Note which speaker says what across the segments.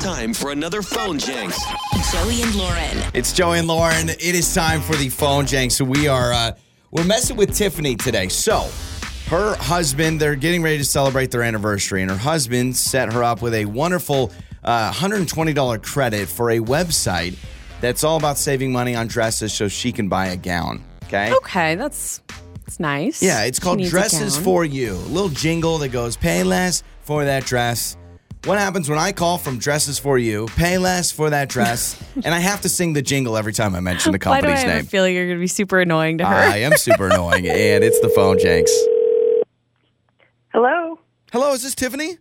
Speaker 1: time for another phone jinx.
Speaker 2: Joey and Lauren.
Speaker 3: It's Joey and Lauren. It is time for the phone jank. So we are uh, we're messing with Tiffany today. So her husband, they're getting ready to celebrate their anniversary, and her husband set her up with a wonderful uh, $120 credit for a website that's all about saving money on dresses so she can buy a gown. Okay.
Speaker 4: Okay, that's it's nice.
Speaker 3: Yeah, it's
Speaker 4: She
Speaker 3: called
Speaker 4: needs a
Speaker 3: Dresses
Speaker 4: gown.
Speaker 3: for You. A little jingle that goes, pay less for that dress. What happens when I call from Dresses for You, pay less for that dress, and I have to sing the jingle every time I mention the
Speaker 4: Why do I
Speaker 3: company's
Speaker 4: have
Speaker 3: name? Uh,
Speaker 4: a feeling you're going to be super annoying to her?
Speaker 3: I am super annoying, and it's the phone janks.
Speaker 5: Hello.
Speaker 3: Hello, is this Tiffany?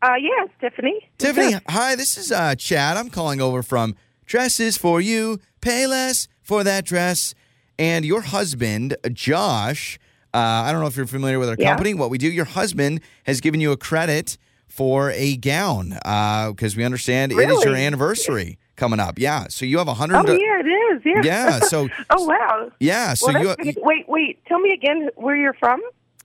Speaker 5: Uh, yeah, it's Tiffany.
Speaker 3: Tiffany, hi, this is uh, Chad. I'm calling over from Dresses for You, pay less for that dress. And your husband, Josh, uh, I don't know if you're familiar with our
Speaker 5: Yeah.
Speaker 3: company, what we do, your husband has given you a credit for a gown because we understand it is your
Speaker 5: Really?
Speaker 3: anniversary coming up. Yeah, so you have a hundred.
Speaker 5: Oh, yeah, it is. Yeah.
Speaker 3: uh, Yeah, so
Speaker 5: Oh, wow.
Speaker 3: yeah, so
Speaker 5: Well,
Speaker 3: you
Speaker 5: that's pretty- wait, wait. Tell me again where you're from.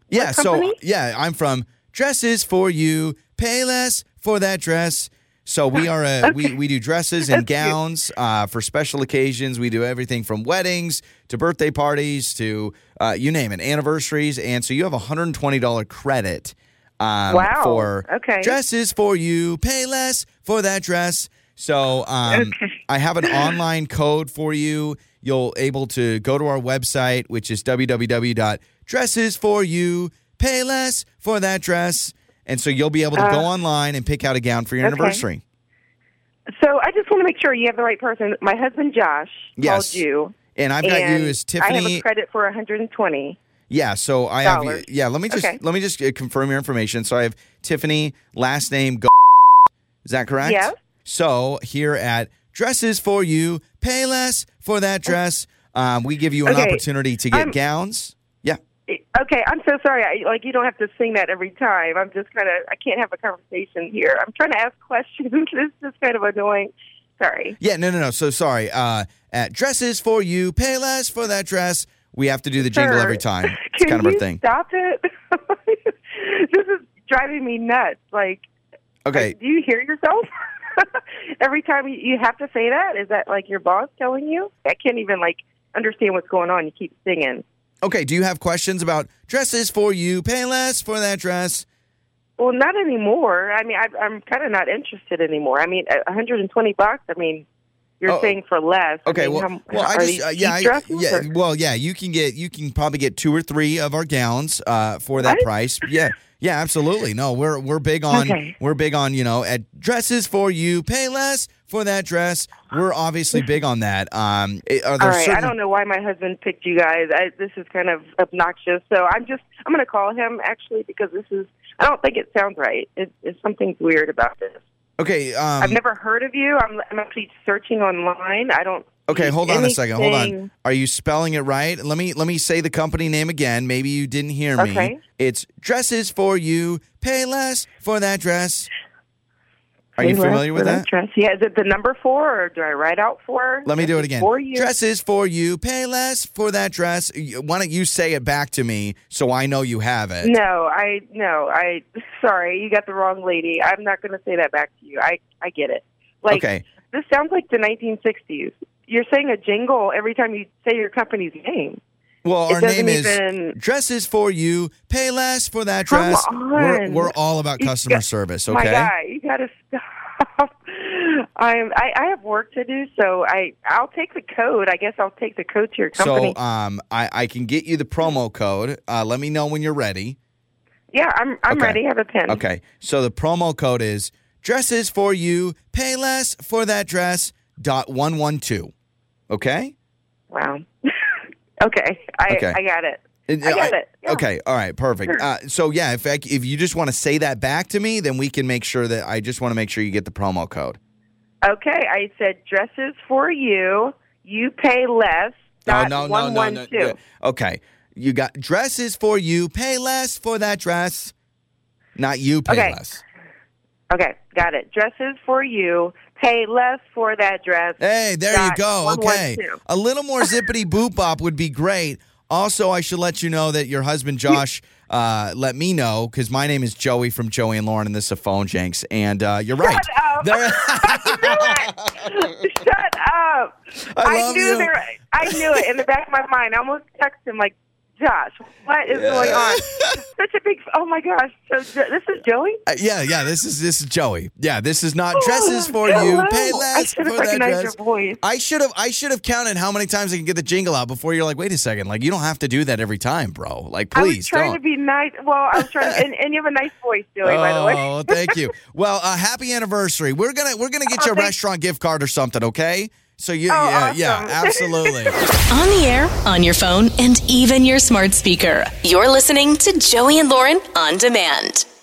Speaker 3: Yeah, so
Speaker 5: company?
Speaker 3: yeah, I'm from Dresses for You, pay less for that dress. So we are a, we we do dresses and gowns uh, for special occasions. We do everything from weddings to birthday parties to uh, you name it, anniversaries. And so you have a hundred twenty dollar credit um,
Speaker 5: Wow.
Speaker 3: for
Speaker 5: Okay.
Speaker 3: dresses for you, pay less for that dress. So um, I have an online code for you. You'll able to go to our website, which is www.dressesforyou. Pay less for that dress, and so you'll be able to go
Speaker 5: Uh,
Speaker 3: online and pick out a gown for your anniversary.
Speaker 5: So I just want to make sure you have the right person. My husband Josh
Speaker 3: Yes.
Speaker 5: called you.
Speaker 3: And I've got
Speaker 5: and
Speaker 3: you as
Speaker 5: I have a
Speaker 3: Tiffany.
Speaker 5: credit for 120.
Speaker 3: yeah, so I have.
Speaker 5: Dollars.
Speaker 3: Yeah, let me just
Speaker 5: Okay.
Speaker 3: let me just uh, confirm your information. So I have Tiffany last name. Go- is that correct?
Speaker 5: Yes.
Speaker 3: So here at Dresses for You, pay less for that dress. Um, we give you an
Speaker 5: Okay.
Speaker 3: opportunity to get
Speaker 5: I'm-
Speaker 3: gowns. Yeah.
Speaker 5: It- Okay, I'm so sorry. I, like you don't have to sing that every time. I'm just kind of I can't have a conversation here. I'm trying to ask questions. it's just kind of annoying. Sorry.
Speaker 3: Yeah, no, no, no. So sorry. Uh, at Dresses for You, pay less for that dress. We have to do the jingle
Speaker 5: Sir,
Speaker 3: every time. It's
Speaker 5: Can
Speaker 3: kind of our
Speaker 5: you
Speaker 3: thing.
Speaker 5: Stop it. this is driving me nuts. Like
Speaker 3: Okay.
Speaker 5: Do you hear yourself? Every time you- you have to say that, is that like your boss telling you? I can't even like understand what's going on. You keep singing.
Speaker 3: Okay. Do you have questions about Dresses for You, pay less for that dress?
Speaker 5: Well, not anymore. I mean, I, I'm kind of not interested anymore. I mean, at 120 bucks. I mean, you're
Speaker 3: Oh.
Speaker 5: saying for less. I
Speaker 3: Okay.
Speaker 5: mean,
Speaker 3: Well,
Speaker 5: how-
Speaker 3: well, I
Speaker 5: are
Speaker 3: just
Speaker 5: these
Speaker 3: uh, yeah,
Speaker 5: cheap
Speaker 3: I,
Speaker 5: dresses
Speaker 3: yeah.
Speaker 5: or-
Speaker 3: Well, yeah. You can get you can probably get two or three of our gowns uh, for that
Speaker 5: What?
Speaker 3: price. Yeah, yeah, absolutely. No, we're we're big on
Speaker 5: Okay.
Speaker 3: we're big on you know at dresses for you pay less for that dress. We're obviously big on that. Um, i- are there
Speaker 5: Hmm. All right, I
Speaker 3: certain?
Speaker 5: don't know why my husband picked you guys. I, this is kind of obnoxious. So I'm just I'm going to call him actually because this is I don't think it sounds right. It, it something's weird about this.
Speaker 3: okay. Um,
Speaker 5: I've never heard of you. I'm, I'm actually searching online. I don't.
Speaker 3: Okay,
Speaker 5: see
Speaker 3: hold on a second. Hold on.
Speaker 5: anything.
Speaker 3: Are you spelling it right? Let me let me say the company name again. Maybe you didn't hear me.
Speaker 5: Okay.
Speaker 3: It's dresses for you. Pay less for that dress. Are you
Speaker 5: Wait, what?
Speaker 3: familiar with
Speaker 5: What
Speaker 3: that?
Speaker 5: address? Yeah, is it the number four, or do I write out four?
Speaker 3: Let me do it again.
Speaker 5: For you.
Speaker 3: Dresses for you. Pay less for that dress. Y- Why don't you say it back to me so I know you have it?
Speaker 5: No, I no, I. Sorry, you got the wrong lady. I'm not going to say that back to you. I I get it. Like
Speaker 3: okay.
Speaker 5: this sounds like the 1960s. You're saying a jingle every time you say your company's name.
Speaker 3: Well,
Speaker 5: it
Speaker 3: our
Speaker 5: doesn't
Speaker 3: name
Speaker 5: even-
Speaker 3: is Dresses for You. Pay less for that
Speaker 5: Come
Speaker 3: dress. We're,
Speaker 5: on.
Speaker 3: we're all about
Speaker 5: You
Speaker 3: customer
Speaker 5: got-
Speaker 3: service, okay?
Speaker 5: My guy, you got to stop. I'm I, I have work to do, so I I'll take the code. I guess I'll take the code to your company.
Speaker 3: So um, I, I can get you the promo code. Uh, let me know when you're ready.
Speaker 5: yeah, I'm I'm
Speaker 3: okay.
Speaker 5: ready. Have a pen.
Speaker 3: Okay. So the promo code is dresses for you, pay less for that dress, dot 112. Okay?
Speaker 5: Wow. okay. I
Speaker 3: Okay.
Speaker 5: I got it.
Speaker 3: And,
Speaker 5: I got
Speaker 3: uh,
Speaker 5: it. Yeah.
Speaker 3: Okay. All right. Perfect.
Speaker 5: Sure.
Speaker 3: Uh, so, yeah, if, I, if you just want to say that back to me, then we can make sure that I just want to make sure you get the promo code.
Speaker 5: Okay. I said dresses for you. You pay less. dot one one two.
Speaker 3: yeah. Okay. You got dresses for you, pay less for that dress, not you pay
Speaker 5: Okay.
Speaker 3: less.
Speaker 5: Okay. Got it. Dresses for you. Pay less for that dress.
Speaker 3: Hey, there you
Speaker 5: dot
Speaker 3: go. Okay.
Speaker 5: 112.
Speaker 3: A little more zippity boop bop would be great. Also, I should let you know that your husband Josh uh, let me know because my name is Joey from Joey and Lauren, and this is a phone jinx. And uh, you're right.
Speaker 5: up.
Speaker 3: There-
Speaker 5: Shut up.
Speaker 3: I love
Speaker 5: knew
Speaker 3: you.
Speaker 5: there I knew it in the back of my mind. I almost texted him like, Josh, what is going on? Such a big oh my gosh. So Jo- this is Joey?
Speaker 3: Uh, yeah, yeah. This is this is Joey. Yeah, this is not dresses for you.
Speaker 5: Hello.
Speaker 3: Pay less
Speaker 5: Oh, I should have
Speaker 3: for that
Speaker 5: recognized
Speaker 3: dress.
Speaker 5: your voice.
Speaker 3: I should have I should have counted how many times I can get the jingle out before you're like, wait a second, like you don't have to do that every time, bro. Like
Speaker 5: I was
Speaker 3: please
Speaker 5: trying
Speaker 3: don't.
Speaker 5: to be nice. Well, I was trying and, and you have a nice voice, Joey, by the way.
Speaker 3: Oh, thank you. Well, uh, happy anniversary. We're gonna we're gonna get
Speaker 5: Oh,
Speaker 3: you a
Speaker 5: thank-
Speaker 3: restaurant gift card or something, okay? So you,
Speaker 5: Oh,
Speaker 3: yeah,
Speaker 5: awesome.
Speaker 3: yeah, absolutely.
Speaker 2: On the air, on your phone, and even your smart speaker. You're listening to Joey and Lauren on demand.